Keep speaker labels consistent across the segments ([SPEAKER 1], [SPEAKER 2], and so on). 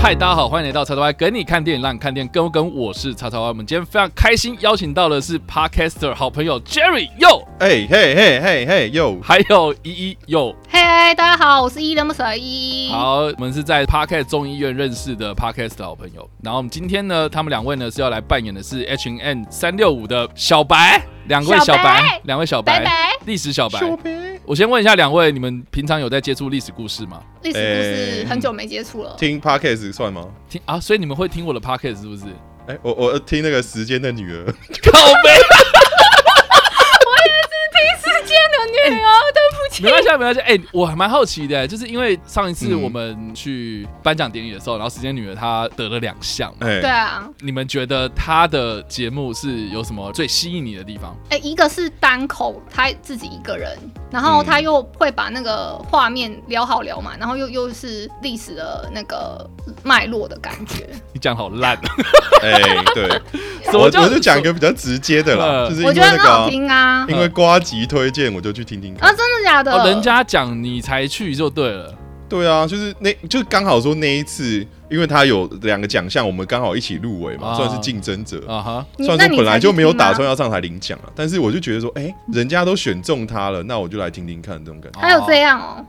[SPEAKER 1] 嗨，大家好，欢迎来到叉叉 Y 跟你看电影，让你看电影更跟。我是叉叉 Y，我们今天非常开心邀请到的是 Podcaster 好朋友 Jerry 哟，
[SPEAKER 2] 哎嘿嘿嘿嘿哟，
[SPEAKER 1] 还有依依哟。
[SPEAKER 3] 嘿、大家好，我是伊人不舍伊。
[SPEAKER 1] 好，我们是在 Podcast 众议院认识的 Podcast 好朋友。然后我们今天呢，他们两位呢是要来扮演的是 H N 三六五的小白，两位小
[SPEAKER 3] 小
[SPEAKER 1] 白
[SPEAKER 3] 白，
[SPEAKER 1] 两位小
[SPEAKER 3] 拜
[SPEAKER 1] 白，
[SPEAKER 3] 拜。
[SPEAKER 1] 历史小白。
[SPEAKER 2] 呗。
[SPEAKER 1] 我先问一下两位，你们平常有在接触历史故事吗？
[SPEAKER 3] 历史故事
[SPEAKER 2] 哎
[SPEAKER 3] 很久没接触了，
[SPEAKER 2] 听 podcast 算吗？
[SPEAKER 1] 听啊，所以你们会听我的 Podcast 是不是？
[SPEAKER 2] 哎、我我听那个《时间的女 儿》
[SPEAKER 1] 靠背。
[SPEAKER 3] 世界的女儿，对不
[SPEAKER 1] 没关系啊，没关系。哎、我还蛮好奇的，就是因为上一次
[SPEAKER 2] 嗯
[SPEAKER 1] 我们去颁奖典礼的时候，然后时间女儿她得了两项嘛。
[SPEAKER 2] 哎、
[SPEAKER 3] 对啊，
[SPEAKER 1] 你们觉得她的节目是有什么最吸引你的地方？
[SPEAKER 3] 哎、一个是单口，他自己一个人，然后他又会把那个画面聊好聊嘛，然后又又是历史的那个脉络的感觉。
[SPEAKER 1] 你讲好 烂、啊，
[SPEAKER 2] 哎、 对，
[SPEAKER 1] 什
[SPEAKER 2] 我
[SPEAKER 1] 么叫
[SPEAKER 2] 我是讲一个比较直接的啦，
[SPEAKER 1] 嗯
[SPEAKER 2] 就是因
[SPEAKER 3] 我
[SPEAKER 2] 为
[SPEAKER 3] 觉得
[SPEAKER 2] 那
[SPEAKER 3] 很
[SPEAKER 2] 个啊、
[SPEAKER 3] 好听啊。
[SPEAKER 2] 因为瓜吉推荐，我就去听听看。
[SPEAKER 3] 啊，真的假的？
[SPEAKER 1] 哦，人家讲你才去就对了。
[SPEAKER 2] 对啊，就是那就是刚好说那一次，因为他有两个奖项，我们刚好一起入围嘛，
[SPEAKER 1] 啊
[SPEAKER 2] 算是竞争者。
[SPEAKER 1] 啊哈，
[SPEAKER 3] 你
[SPEAKER 2] 虽然
[SPEAKER 3] 那
[SPEAKER 2] 说
[SPEAKER 3] 你
[SPEAKER 2] 本来
[SPEAKER 3] 才去
[SPEAKER 2] 就没有
[SPEAKER 3] 听吗
[SPEAKER 2] 打算要上台领奖啊，但是我就觉得说，哎、人家都选中他了，那我就来听听看这种感觉
[SPEAKER 3] 还有这
[SPEAKER 1] 哦
[SPEAKER 3] 样哦。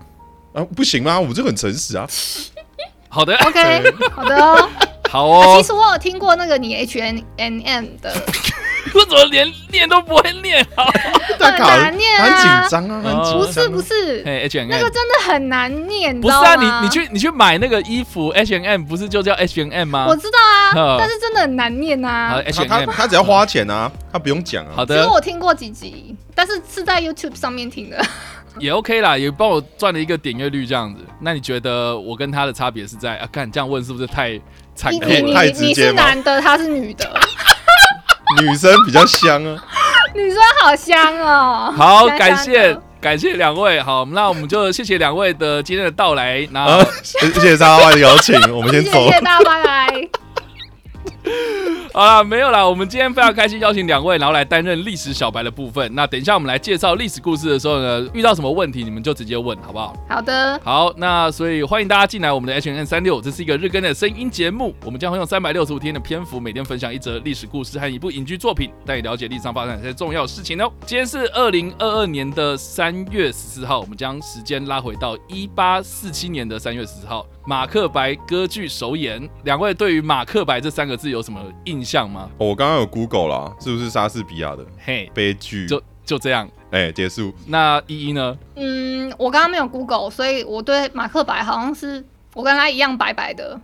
[SPEAKER 2] 啊，不行吗？我这很诚实啊，
[SPEAKER 1] 好的，
[SPEAKER 3] OK，好的哦。
[SPEAKER 1] 好
[SPEAKER 3] 啊
[SPEAKER 1] 哦
[SPEAKER 3] 其。实我有听过那个你 H N N M 的，
[SPEAKER 1] 我怎么连念都不会念 好？
[SPEAKER 2] 但卡
[SPEAKER 3] 难念
[SPEAKER 2] 他
[SPEAKER 3] 啊
[SPEAKER 2] 很紧
[SPEAKER 1] 哦
[SPEAKER 2] 张啊，他很紧张啊、
[SPEAKER 3] 不是不是，
[SPEAKER 1] 哎，H N
[SPEAKER 3] 那个
[SPEAKER 1] M，
[SPEAKER 3] 真的很难念，你
[SPEAKER 1] 不
[SPEAKER 3] 知
[SPEAKER 1] 是
[SPEAKER 3] 道
[SPEAKER 1] 啊，
[SPEAKER 3] 吗
[SPEAKER 1] 你你去你去买那个衣服 H N M 不是就叫 H N M 吗？
[SPEAKER 3] 我知道
[SPEAKER 1] 嗯
[SPEAKER 3] 啊，但是真的很难念
[SPEAKER 1] 好哎
[SPEAKER 3] 啊。
[SPEAKER 1] H
[SPEAKER 2] 他
[SPEAKER 1] N
[SPEAKER 2] 他
[SPEAKER 1] M，
[SPEAKER 2] 他只要花钱啊，他不用讲啊。
[SPEAKER 1] 好
[SPEAKER 3] 只有
[SPEAKER 1] 的，
[SPEAKER 3] 我听过几集，但是是在 YouTube 上面听的。
[SPEAKER 1] 也 OK 啦，也帮我赚了一个点阅率这样子。那你觉得我跟他的差别是在啊？看你这样问是不是太残
[SPEAKER 3] 你
[SPEAKER 1] 酷
[SPEAKER 3] 你
[SPEAKER 2] 可
[SPEAKER 3] 你
[SPEAKER 2] 以
[SPEAKER 1] 了？
[SPEAKER 2] 太
[SPEAKER 3] 你
[SPEAKER 2] 直
[SPEAKER 3] 你
[SPEAKER 2] 接
[SPEAKER 3] 是
[SPEAKER 2] 吗
[SPEAKER 3] 男的，他是女的，
[SPEAKER 2] 女生比较香啊，
[SPEAKER 3] 女生好香哦。
[SPEAKER 1] 好，
[SPEAKER 3] 香香
[SPEAKER 1] 感谢
[SPEAKER 3] 的
[SPEAKER 1] 感谢两位，好，那我们就谢谢两位的今天的到来。
[SPEAKER 2] 啊
[SPEAKER 1] 那，
[SPEAKER 2] 谢谢大家的邀请，我们
[SPEAKER 3] 谢
[SPEAKER 2] 先
[SPEAKER 3] 谢
[SPEAKER 2] 走
[SPEAKER 3] 谢。谢大家，拜拜。
[SPEAKER 1] 好啦，没有啦，我们今天非常开心邀请两位，然后来担任历史小白的部分。那等一下我们来介绍历史故事的时候呢，遇到什么问题你们就直接问，好不好？
[SPEAKER 3] 好的，
[SPEAKER 1] 好，那所以欢迎大家进来我们的 H N 三六，这是一个日更的声音节目，我们将会用三百六十五天的篇幅，每天分享一则历史故事和一部影剧作品，带你了解历史上发生的一些重要的事情哦。今天是二零二二年的三月十四号，我们将时间拉回到一八四七年的三月十四号，马克白歌剧首演。两位对于马克白这三个字有什么印象吗？
[SPEAKER 2] 哦我刚刚有 Google 啦，是不是莎士比亚的
[SPEAKER 1] 嘿，
[SPEAKER 2] 悲剧？
[SPEAKER 1] 就就这样。
[SPEAKER 2] 哎，结束。
[SPEAKER 1] 那依依呢？
[SPEAKER 3] 嗯，我刚刚没有 Google，所以我对马克白好像是我跟他一样白白的。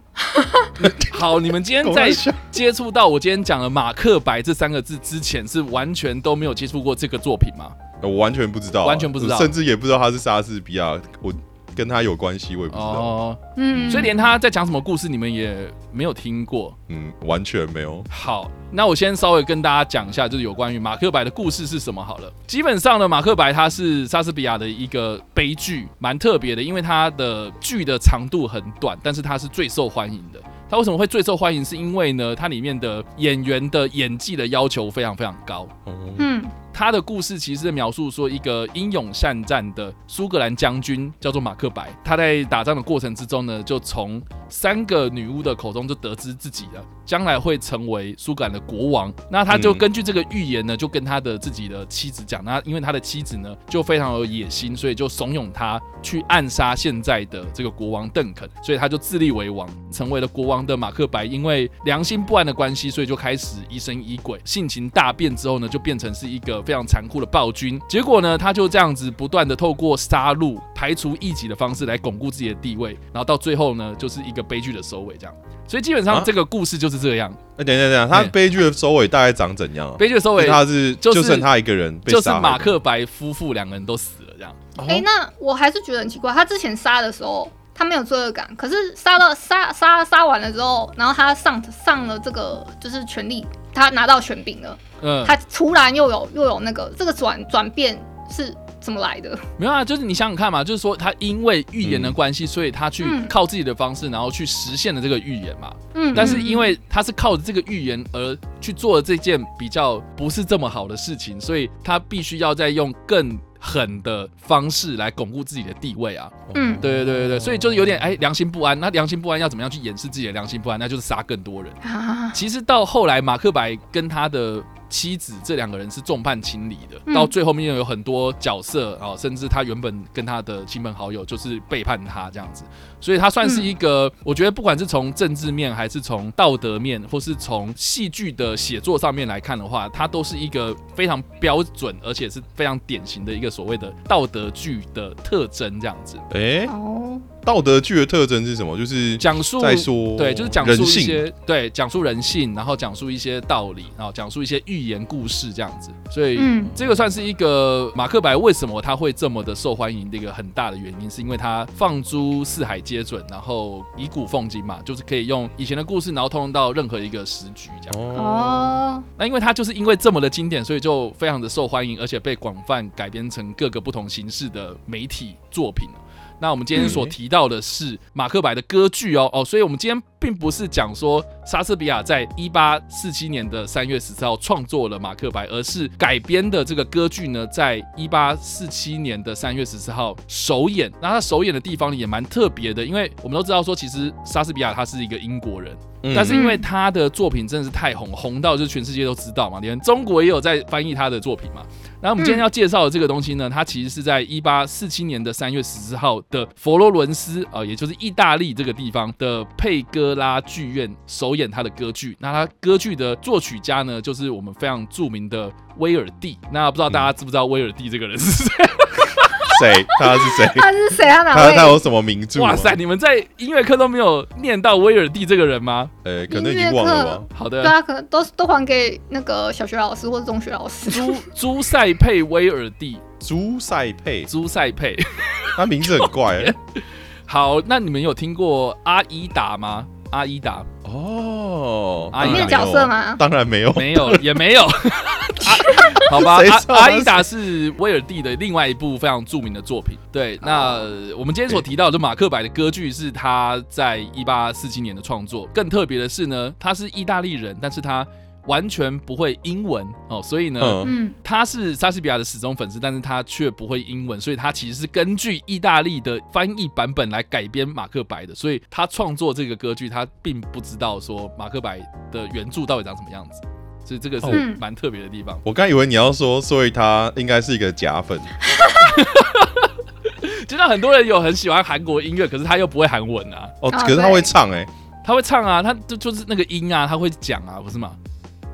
[SPEAKER 1] 好，你们今天
[SPEAKER 2] 我
[SPEAKER 1] 在
[SPEAKER 2] 在想
[SPEAKER 1] 接触到我今天讲的马克白这三个字之前，是完全都没有接触过这个作品吗？
[SPEAKER 2] 我完全不知道啊，
[SPEAKER 1] 完全不知道
[SPEAKER 2] 甚至也不知道他是莎士比亚，我跟他有关系，我也不知道。
[SPEAKER 1] 哦，
[SPEAKER 3] 嗯，
[SPEAKER 1] 所以连他在讲什么故事，你们也没有听过。
[SPEAKER 2] 嗯，完全没有。
[SPEAKER 1] 好，那我先稍微跟大家讲一下，就是有关于马克白的故事是什么好了。基本上呢，马克白他是莎士比亚的一个悲剧，蛮特别的，因为它的剧的长度很短，但是它是最受欢迎的。它为什么会最受欢迎？是因为呢，它里面的演员的演技的要求非常非常高。
[SPEAKER 2] 哦
[SPEAKER 3] 嗯
[SPEAKER 1] 他的故事其实是描述说一个英勇善战的苏格兰将军，叫做马克白。他在打仗的过程之中呢，就从三个女巫的口中就得知自己了将来会成为苏格兰的国王。那他就
[SPEAKER 2] 嗯
[SPEAKER 1] 根据这个预言呢，就跟他的自己的妻子讲，那因为他的妻子呢就非常有野心，所以就怂恿他去暗杀现在的这个国王邓肯，所以他就自立为王，成为了国王的马克白。因为良心不安的关系，所以就开始疑神疑鬼，性情大变之后呢，就变成是一个非常残酷的暴君。结果呢，他就这样子不断的透过杀戮、排除异己的方式来巩固自己的地位，然后到最后呢，就是一个悲剧的收尾这样。所以基本上
[SPEAKER 2] 啊
[SPEAKER 1] 这个故事就是这样，
[SPEAKER 2] 哎，等一下等一下，他
[SPEAKER 1] 哎
[SPEAKER 2] 悲剧的收尾大概长怎样啊？
[SPEAKER 1] 悲剧的收尾
[SPEAKER 2] 就他是
[SPEAKER 1] 就是
[SPEAKER 2] 就剩他一个人被
[SPEAKER 1] 就是
[SPEAKER 2] 杀害
[SPEAKER 1] 马克白夫妇两个人都死了这样。
[SPEAKER 2] 哦
[SPEAKER 3] 哎、那我还是觉得很奇怪，他之前杀的时候他没有罪恶感，可是杀了杀杀杀完了之后，然后他上上了这个就是权力，他拿到权柄了，
[SPEAKER 1] 嗯，
[SPEAKER 3] 他突然又有又有那个这个转转变是怎么来的？
[SPEAKER 1] 没有啊，就是你想想看嘛，就是说他因为预言的关系，所以他去
[SPEAKER 3] 嗯
[SPEAKER 1] 靠自己的方式，然后去实现了这个预言嘛。
[SPEAKER 3] 嗯，
[SPEAKER 1] 但是因为他是靠着这个预言而去做了这件比较不是这么好的事情，所以他必须要再用更狠的方式来巩固自己的地位啊。
[SPEAKER 2] 哦
[SPEAKER 3] 嗯
[SPEAKER 1] 对对对对对，所以就是有点哎良心不安。那良心不安要怎么样去掩饰自己的良心不安？那就是杀更多人。
[SPEAKER 3] 啊，
[SPEAKER 1] 其实到后来，马克白跟他的妻子这两个人是众叛亲离的。
[SPEAKER 3] 嗯
[SPEAKER 1] 到最后面有很多角色啊、哦甚至他原本跟他的亲朋好友就是背叛他这样子，所以他算是一个，我觉得不管是从政治面，还是从道德面，或是从戏剧的写作上面来看的话，他都是一个非常标准，而且是非常典型的一个所谓的道德剧的特征这样子。
[SPEAKER 2] 哎，
[SPEAKER 3] 哦，
[SPEAKER 2] 道德剧的特征是什么？就是
[SPEAKER 1] 讲述
[SPEAKER 2] 在说
[SPEAKER 1] 对，就是讲述
[SPEAKER 2] 人
[SPEAKER 1] 一
[SPEAKER 2] 性。
[SPEAKER 1] 些对讲述人性，然后讲述一些道理，然后讲述一些寓言故事这样子。所以、
[SPEAKER 3] 嗯
[SPEAKER 1] 这个算是一个马克白为什么他会这么的受欢迎的一个很大的原因，是因为他放诸四海皆准，然后以古奉今嘛，就是可以用以前的故事，然后通用到任何一个时局这样。
[SPEAKER 3] 哦，
[SPEAKER 1] 那因为他就是因为这么的经典，所以就非常的受欢迎，而且被广泛改编成各个不同形式的媒体作品。那我们今天所提到的是马克白的歌剧哦哦，所以我们今天并不是讲说莎士比亚在一八四七年的三月十四号创作了马克白，而是改编的这个歌剧呢，在一八四七年的三月十四号首演。那他首演的地方呢也蛮特别的，因为我们都知道说，其实莎士比亚他是一个英国人，
[SPEAKER 2] 嗯
[SPEAKER 1] 但是因为他的作品真的是太红，红到就是全世界都知道嘛，连中国也有在翻译他的作品嘛。然后我们今天要介绍的这个东西呢，它其实是在一八四七年的三月十四号的佛罗伦斯啊、呃也就是意大利这个地方的佩戈拉剧院首演他的歌剧。那他歌剧的作曲家呢，就是我们非常著名的威尔第。那不知道大家知不知道威尔第这个人是谁？
[SPEAKER 2] 谁？他是谁？
[SPEAKER 3] 他是谁啊？哪
[SPEAKER 2] 他他
[SPEAKER 3] 位？
[SPEAKER 2] 有什么名著？
[SPEAKER 1] 哇塞，！你们在音乐课都没有念到威尔第这个人吗？
[SPEAKER 2] 呃，可能已经忘了吧。
[SPEAKER 1] 好
[SPEAKER 3] 对
[SPEAKER 1] 的，
[SPEAKER 3] 啊，可能都都还给那个小学老师或者中学老师。
[SPEAKER 1] 朱朱塞佩威尔第，
[SPEAKER 2] 朱塞佩，
[SPEAKER 1] 朱塞佩。
[SPEAKER 2] 他名字很怪
[SPEAKER 1] 好，那你们有听过阿依达吗？阿依达
[SPEAKER 2] 哦。
[SPEAKER 1] 阿
[SPEAKER 3] 里
[SPEAKER 1] 依
[SPEAKER 3] 面
[SPEAKER 1] 达
[SPEAKER 3] 的角色吗？
[SPEAKER 2] 当然没有。
[SPEAKER 1] 没有， 也没有。啊好吧，
[SPEAKER 2] 谁知
[SPEAKER 1] 阿
[SPEAKER 2] 道
[SPEAKER 1] 阿
[SPEAKER 2] 他
[SPEAKER 1] 依
[SPEAKER 2] 是
[SPEAKER 1] 达是威尔第的另外一部非常著名的作品。对，那
[SPEAKER 2] 哦
[SPEAKER 1] 我们今天所提到的马克白的歌剧是他在一八四七年的创作。更特别的是呢，他是意大利人，但是他完全不会英文哦，所以呢，
[SPEAKER 2] 嗯
[SPEAKER 3] 嗯，
[SPEAKER 1] 他是莎士比亚的死忠粉丝，但是他却不会英文，所以他其实是根据意大利的翻译版本来改编马克白的，所以他创作这个歌剧，他并不知道说马克白的原著到底长什么样子，所以这个是
[SPEAKER 3] 嗯
[SPEAKER 1] 蛮特别的地方。
[SPEAKER 2] 我刚以为你要说，所以他应该是一个假粉。
[SPEAKER 1] 就像很多人有很喜欢韩国音乐，可是他又不会韩文啊，
[SPEAKER 2] 哦，
[SPEAKER 3] 啊
[SPEAKER 2] 可是他
[SPEAKER 3] 对
[SPEAKER 2] 会唱哎。
[SPEAKER 1] 他会唱啊，他就就是那个音啊，他会讲啊，不是吗？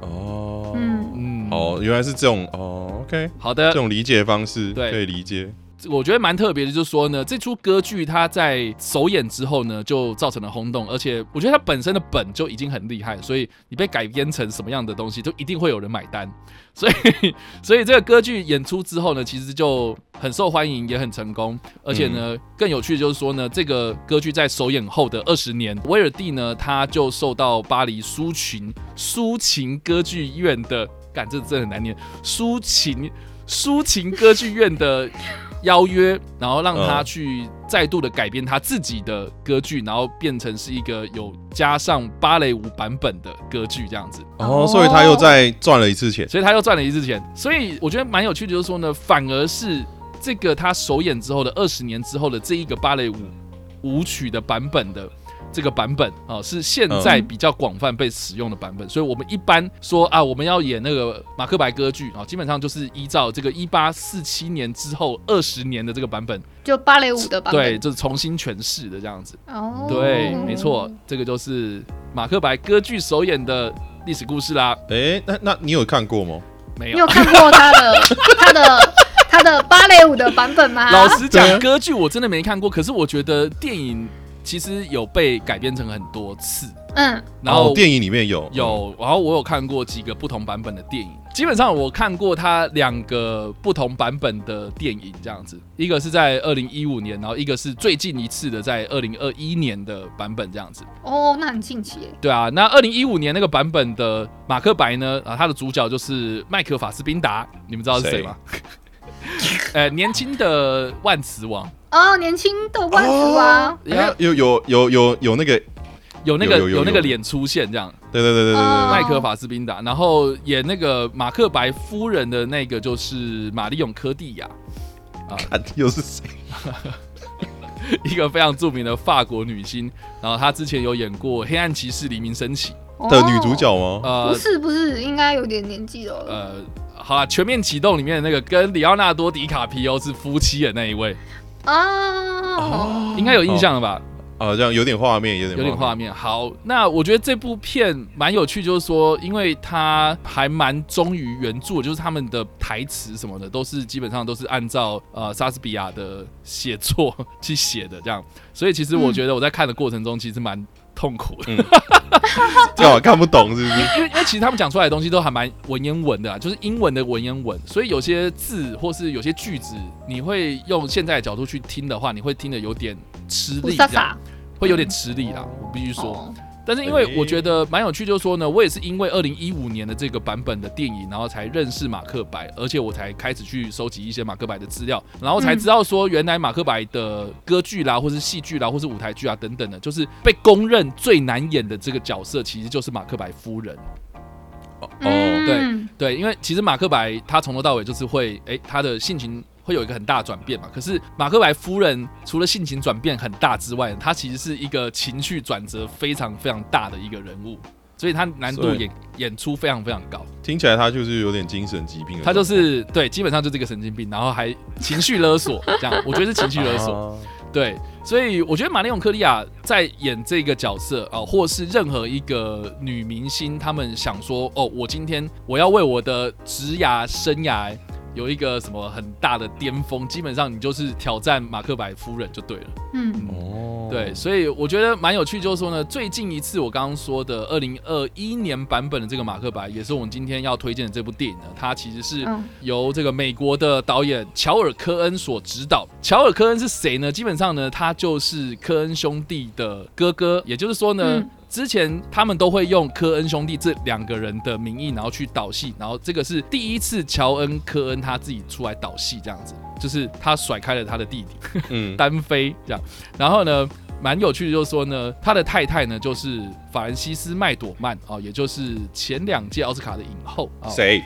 [SPEAKER 2] 哦。
[SPEAKER 3] 嗯
[SPEAKER 1] 嗯，
[SPEAKER 2] 哦，原来是这种哦，OK，
[SPEAKER 1] 好的
[SPEAKER 2] 这，种理解方式
[SPEAKER 1] 对
[SPEAKER 2] 可以理解。
[SPEAKER 1] 我觉得蛮特别的，就是说呢，这出歌剧它在首演之后呢，就造成了轰动，而且我觉得它本身的本就已经很厉害，所以你被改编成什么样的东西，就一定会有人买单。 所以，所以这个歌剧演出之后呢，其实就很受欢迎，也很成功。而且呢，更有趣的就是说呢，这个歌剧在首演后的二十年，威尔第呢，他就受到巴黎抒情抒情歌剧院的，感这真的很难念，抒情抒情歌剧院的邀约，然后让他
[SPEAKER 2] 嗯
[SPEAKER 1] 去再度的改编他自己的歌剧，然后变成是一个有加上芭蕾舞版本的歌剧这样子。
[SPEAKER 2] 哦，所以他又在赚了一次钱。
[SPEAKER 1] 所以他又赚了一次钱。所以我觉得蛮有趣的，就是说呢，反而是这个他首演之后的二十年之后的这一个芭蕾舞舞曲的版本的。这个版本啊、是现在比较广泛被使用的版本，所以我们一般说啊，我们要演那个马克白歌剧啊、基本上就是依照这个一八四七年之后二十年的这个版本，
[SPEAKER 3] 就芭蕾舞的版
[SPEAKER 1] 对，
[SPEAKER 3] 本。
[SPEAKER 1] 就是重新诠释的这样子。
[SPEAKER 3] 哦，
[SPEAKER 1] 对，没错，这个就是马克白歌剧首演的历史故事啦。
[SPEAKER 2] 哎，那那你有看过吗？
[SPEAKER 1] 没有
[SPEAKER 3] 你有，看过 他的他的他的芭蕾舞的版本吗？
[SPEAKER 1] 老实
[SPEAKER 2] 对啊
[SPEAKER 1] 讲，歌剧我真的没看过，可是我觉得电影其实有被改编成很多次，
[SPEAKER 3] 嗯，
[SPEAKER 1] 然后
[SPEAKER 2] 哦电影里面有
[SPEAKER 1] 有，然后我有看过几个不同版本的电影，基本上我看过它两个不同版本的电影这样子，一个是在二零一五年，然后一个是最近一次的在二零二一年的版本这样子。
[SPEAKER 3] 哦，那很近期耶。
[SPEAKER 1] 对啊，那二零一五年那个版本的马克白呢，啊，他的主角就是麦克法斯宾达，你们知道是谁吗？ 呃，年轻的万磁王
[SPEAKER 3] 哦，年轻的万啊磁王，
[SPEAKER 2] 哎呀有有有有有那个，
[SPEAKER 1] 有那个
[SPEAKER 2] 有有有
[SPEAKER 1] 那个
[SPEAKER 2] 有
[SPEAKER 1] 脸出现这样，
[SPEAKER 2] 对对对对对对啊
[SPEAKER 3] 哦
[SPEAKER 1] 麦克法斯宾达，然后演那个马克白夫人的那个就是玛丽永科蒂亚，
[SPEAKER 2] 看 又是谁？
[SPEAKER 1] 一个非常著名的法国女星，然后她之前有演过《黑暗骑士：黎明升起》，
[SPEAKER 2] 的女主角吗？
[SPEAKER 3] 哦不
[SPEAKER 1] 呃
[SPEAKER 3] 是不是，应该有点年纪了。
[SPEAKER 1] 呃，好啦，《全面启动》里面的那个跟里奥纳多·迪卡皮欧是夫妻的那一位，
[SPEAKER 3] 哦，
[SPEAKER 1] 应该有印象了吧？
[SPEAKER 2] 啊，这样有点画面，有点
[SPEAKER 1] 有点画
[SPEAKER 2] 面。
[SPEAKER 1] 面。好，那我觉得这部片蛮有趣，就是说，因为它还蛮忠于原著，就是他们的台词什么的都是基本上都是按照呃莎士比亚的写作去写的这样，所以其实我觉得我在看的过程中其实蛮痛苦的。
[SPEAKER 2] 干嘛看不懂是不是？
[SPEAKER 1] 因为因为其实他们讲出来的东西都还蛮文言文的啊，就是英文的文言文，所以有些字或是有些句子，你会用现在的角度去听的话，你会听得有点吃
[SPEAKER 3] 乌
[SPEAKER 1] 力，
[SPEAKER 3] 莎
[SPEAKER 1] 这样
[SPEAKER 3] 莎，
[SPEAKER 1] 会有点吃力啦。我必须说，
[SPEAKER 3] 哦，
[SPEAKER 1] 但是因为我觉得蛮有趣，就是说呢，我也是因为二零一五年的这个版本的电影，然后才认识马克白，而且我才开始去收集一些马克白的资料，然后才知道说原来马克白的歌剧啦，或是戏剧啦，或是舞台剧啊等等的，就是被公认最难演的这个角色，其实就是马克白夫人。嗯
[SPEAKER 2] 哦，
[SPEAKER 3] 对，
[SPEAKER 1] 对，因为其实马克白他从头到尾就是会，诶，他的性情会有一个很大的转变嘛。可是马克白夫人除了性情转变很大之外，她其实是一个情绪转折非常非常大的一个人物，所以她难度
[SPEAKER 2] 所以
[SPEAKER 1] 演演出非常非常高。
[SPEAKER 2] 听起来他就是有点精神疾病的状态。
[SPEAKER 1] 她就是对，基本上就是一个神经病，然后还情绪勒索这样，我觉得是情绪勒索。
[SPEAKER 2] 啊
[SPEAKER 1] 对，所以我觉得马里永克利亚在演这个角色啊、或是任何一个女明星，她们想说，哦，我今天我要为我的职涯生涯有一个什么很大的巅峰，基本上你就是挑战马克白夫人就对了。
[SPEAKER 3] 嗯，
[SPEAKER 2] 哦，
[SPEAKER 1] 对，所以我觉得蛮有趣，就是说呢，最近一次我刚刚说的二零二一年版本的这个马克白，也是我们今天要推荐的这部电影呢，它其实是
[SPEAKER 3] 嗯
[SPEAKER 1] 由这个美国的导演乔尔·科恩所执导。乔尔·科恩是谁呢？基本上呢，他就是科恩兄弟的哥哥，也就是说呢。
[SPEAKER 3] 嗯
[SPEAKER 1] 之前他们都会用科恩兄弟这两个人的名义，然后去导戏，然后这个是第一次乔恩科恩他自己出来导戏这样子，就是他甩开了他的弟弟，
[SPEAKER 2] 嗯，
[SPEAKER 1] 单飞这样。然后呢，蛮有趣的，就是说呢，他的太太呢就是法兰西斯麦朵曼哦，也就是前两届奥斯卡的影后哦。
[SPEAKER 2] 谁？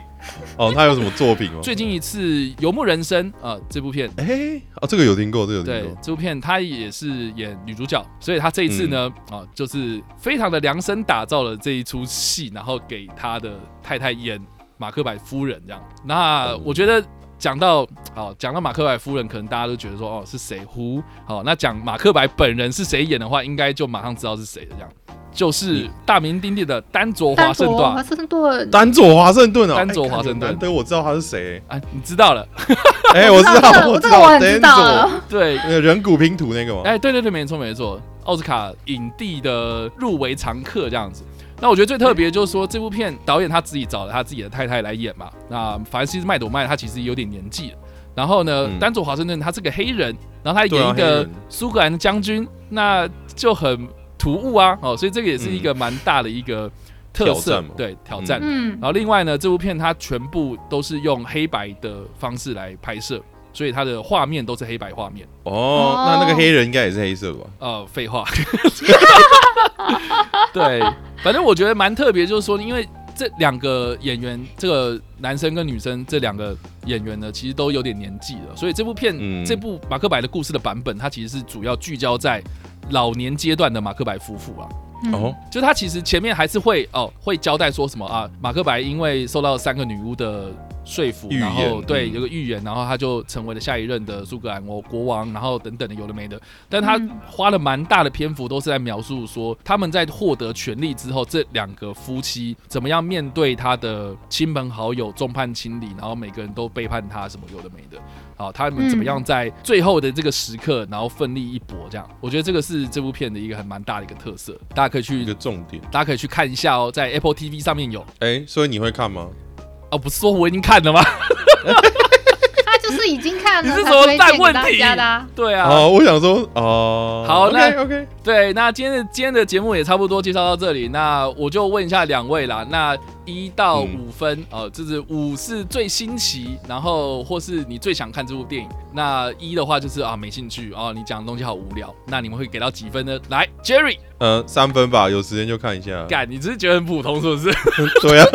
[SPEAKER 2] 哦，他有什么作品吗？
[SPEAKER 1] 最近一次《游牧人生》啊、这部片，
[SPEAKER 2] 哎，哦，这个有听过，这个有
[SPEAKER 1] 对
[SPEAKER 2] 听过。
[SPEAKER 1] 这部片她也是演女主角，所以她这一次呢，
[SPEAKER 2] 嗯
[SPEAKER 1] 啊、就是非常的量身打造了这一出戏，然后给她的太太演马克白夫人这样。那
[SPEAKER 2] 哦
[SPEAKER 1] 我觉得。讲到好，讲到马克白夫人，可能大家都觉得说哦是谁呼好，那讲马克白本人是谁演的话，应该就马上知道是谁的这样，
[SPEAKER 2] 嗯
[SPEAKER 1] 就是大名鼎鼎的丹佐华
[SPEAKER 3] 丹
[SPEAKER 1] 盛
[SPEAKER 3] 佐
[SPEAKER 1] 顿
[SPEAKER 3] 华盛顿，
[SPEAKER 2] 丹佐华盛顿哦，
[SPEAKER 1] 丹佐
[SPEAKER 2] 哎看
[SPEAKER 1] 华盛顿
[SPEAKER 2] 难得我知道他是 谁。
[SPEAKER 1] 啊，你知道了，
[SPEAKER 2] 哎，我知
[SPEAKER 3] 啊这
[SPEAKER 2] 道，
[SPEAKER 3] 个
[SPEAKER 2] 知
[SPEAKER 3] 这个我
[SPEAKER 2] 道，
[SPEAKER 3] 很知道
[SPEAKER 2] Denzel
[SPEAKER 3] 了。
[SPEAKER 1] 对，
[SPEAKER 2] 那个人骨拼图那个吗？
[SPEAKER 1] 哎，对对对，没错没错，奥斯卡影帝的入围常客这样子。那我觉得最特别的就是说，这部片导演他自己找了他自己的太太来演嘛。那反正其实麦朵麦她其实有点年纪了。然后呢，
[SPEAKER 2] 嗯
[SPEAKER 1] 丹佐华盛顿他是个黑人，然后他
[SPEAKER 2] 对啊
[SPEAKER 1] 演一
[SPEAKER 2] 黑
[SPEAKER 1] 个
[SPEAKER 2] 人
[SPEAKER 1] 苏格兰的将军，那就很突兀啊。哦，所以这个也是一个蛮大的一个特
[SPEAKER 2] 嗯挑
[SPEAKER 1] 色，
[SPEAKER 2] 战嘛
[SPEAKER 1] 对挑战。
[SPEAKER 3] 嗯
[SPEAKER 1] 然，后另外呢，这部片它全部都是用黑白的方式来拍摄，所以它的画面都是黑白画面。
[SPEAKER 2] 哦，那那个黑人应该也是黑色吧？
[SPEAKER 1] 呃，废话，对，反正我觉得蛮特别，就是说，因为这两个演员，这个男生跟女生这两个演员呢，其实都有点年纪了，所以这部片、
[SPEAKER 2] 嗯
[SPEAKER 1] 这部马克白的故事的版本，它其实是主要聚焦在老年阶段的马克白夫妇啊。
[SPEAKER 3] 嗯
[SPEAKER 2] 哦，
[SPEAKER 1] 就他其实前面还是会哦，会交代说什么啊？马克白因为受到三个女巫的说服，
[SPEAKER 2] 预言
[SPEAKER 1] 然后对
[SPEAKER 2] 嗯
[SPEAKER 1] 有个预言，然后他就成为了下一任的苏格兰国国王，然后等等的有的没的。但他
[SPEAKER 3] 嗯
[SPEAKER 1] 花了蛮大的篇幅都是在描述说他们在获得权力之后，这两个夫妻怎么样面对他的亲朋好友众叛亲离，然后每个人都背叛他什么有的没的。好，他们怎么样在最后的这个时刻，然后奋力一搏？这样，我觉得这个是这部片的一个很蛮大的一个特色，大家可以去
[SPEAKER 2] 一个重点。
[SPEAKER 1] 大家可以去看一下哦，在 Apple TV 上面有
[SPEAKER 2] 哎，所以你会看吗？
[SPEAKER 1] 哦，不是说我已经看了吗？
[SPEAKER 3] 他就是已经看
[SPEAKER 1] 你
[SPEAKER 3] 了
[SPEAKER 1] 是
[SPEAKER 3] 才
[SPEAKER 1] 什么
[SPEAKER 3] 推
[SPEAKER 1] 烂
[SPEAKER 3] 荐给
[SPEAKER 1] 问
[SPEAKER 3] 大
[SPEAKER 1] 题
[SPEAKER 3] 家的啊。
[SPEAKER 1] 对啊，
[SPEAKER 2] 哦，我想说，哦，
[SPEAKER 1] 好那
[SPEAKER 2] OK，
[SPEAKER 1] 对，那今天的今天的节目也差不多介绍到这里，那我就问一下两位啦，那一到
[SPEAKER 2] 嗯
[SPEAKER 1] 五分哦、就是五是最新奇，然后或是你最想看这部电影，那一的话就是啊没兴趣哦，你讲的东西好无聊，那你们会给到几分呢？来，Jerry，
[SPEAKER 2] 嗯，三呃分吧，有时间就看一下。
[SPEAKER 1] 干，你只是觉得很普通是不是？
[SPEAKER 2] 对啊，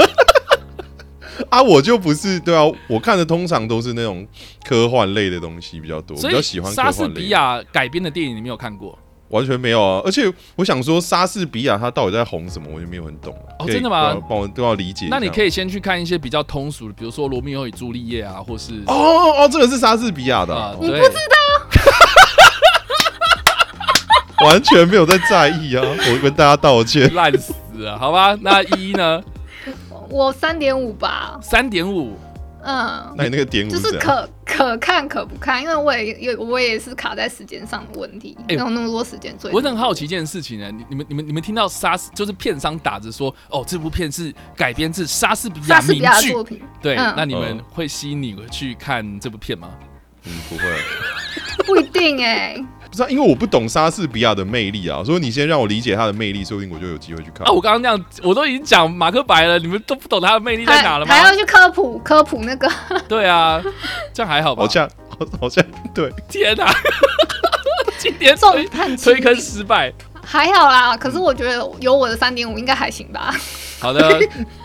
[SPEAKER 2] 啊，我就不是对啊，我看的通常都是那种科幻类的东西比较多，我
[SPEAKER 1] 所
[SPEAKER 2] 比较
[SPEAKER 1] 以
[SPEAKER 2] 喜欢科
[SPEAKER 1] 莎士
[SPEAKER 2] 幻类
[SPEAKER 1] 比。亚改编的电影你没有看过
[SPEAKER 2] 完全没有啊！而且我想说，莎士比亚他到底在红什么，我就没有很懂啊
[SPEAKER 1] 哦
[SPEAKER 2] 可以
[SPEAKER 1] 真的吗
[SPEAKER 2] 帮我帮我都要理解一
[SPEAKER 1] 那
[SPEAKER 2] 下。
[SPEAKER 1] 你可
[SPEAKER 2] 以
[SPEAKER 1] 以先去看一些比较通俗的，比如说《罗密欧与朱丽叶》啊，或是
[SPEAKER 2] 哦哦哦，这个是莎士比亚的啊、
[SPEAKER 1] 啊，
[SPEAKER 3] 你
[SPEAKER 1] 对
[SPEAKER 3] 不知
[SPEAKER 2] 完全没有在在意啊！我跟大家道 歉。
[SPEAKER 1] 烂死了，好吧？那一呢？
[SPEAKER 3] 我三点五吧，
[SPEAKER 1] 三点五，
[SPEAKER 3] 嗯，
[SPEAKER 2] 那你那个点五
[SPEAKER 3] 就是是
[SPEAKER 1] 啊
[SPEAKER 2] 怎样？
[SPEAKER 3] 可可看可不看，因为我也也我也是卡在时间上的问题，
[SPEAKER 1] 哎
[SPEAKER 3] 没有那么多时间追。
[SPEAKER 1] 我很好奇一件事情呢，欸你你们你们你们听到莎士就是片商打着说，哦，这部片是改编自莎士比亚
[SPEAKER 3] 莎士比
[SPEAKER 1] 名
[SPEAKER 3] 亚的
[SPEAKER 1] 剧，
[SPEAKER 3] 作品，
[SPEAKER 1] 对，
[SPEAKER 3] 嗯
[SPEAKER 1] 那你们会吸引你去看这部片吗？
[SPEAKER 2] 嗯，不会，
[SPEAKER 3] 不一定哎、
[SPEAKER 2] 不是、啊、因为我不懂莎士比亚的魅力啊，所以你先让我理解他的魅力，说不定我就有机会去看。
[SPEAKER 1] 啊，我刚刚那样我都已经讲马克白 了，你们都不懂他的魅力在哪
[SPEAKER 3] 还
[SPEAKER 1] 了
[SPEAKER 3] 还要
[SPEAKER 1] 吗？
[SPEAKER 3] 去科普科普那 个，
[SPEAKER 1] 对啊，这样还好吧？
[SPEAKER 2] 好像好好像对，
[SPEAKER 1] 天哪、今天
[SPEAKER 3] 重
[SPEAKER 1] 推
[SPEAKER 3] 判
[SPEAKER 1] 推坑失败。
[SPEAKER 3] 还好啦，可是我觉得有我的三点五应该还行吧。
[SPEAKER 1] 好的，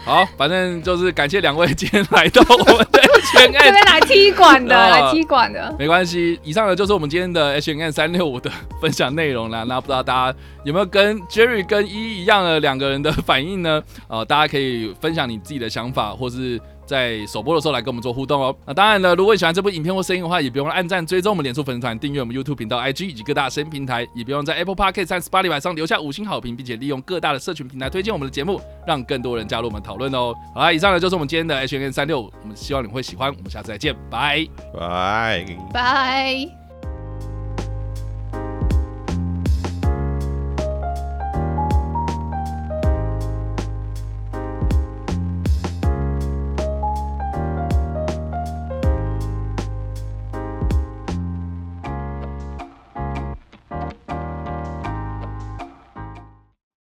[SPEAKER 1] 好，反正就是感谢两位今天来到我们 的 H
[SPEAKER 3] 这
[SPEAKER 1] N
[SPEAKER 3] 边
[SPEAKER 1] N。
[SPEAKER 3] 来踢 馆的，
[SPEAKER 1] 啊
[SPEAKER 3] 来踢馆的，
[SPEAKER 1] 没关系，以上呢就是我们今天的 H N N 三六五的分享内容啦。那不知道大家有没有跟 Jerry 跟 E 一一样的两个人的反应呢？呃，大家可以分享你自己的想法，或是在首播的时候来跟我们做互动哦。那当然了，如果你喜欢这部影片或声音的话，也别忘了按赞、追踪我们脸书粉丝团、订阅我们 YouTube 频道、IG 以及各大声音平台，也别忘在 Apple Podcast 和 Spotify 上留下五星好评，并且利用各大的社群平台推荐我们的节目，让更多人加入我们讨论哦。好啦，以上呢就是我们今天的 H N N 三六五，我们希望你会喜欢，我们下次再见，拜。
[SPEAKER 2] 拜。
[SPEAKER 3] 拜。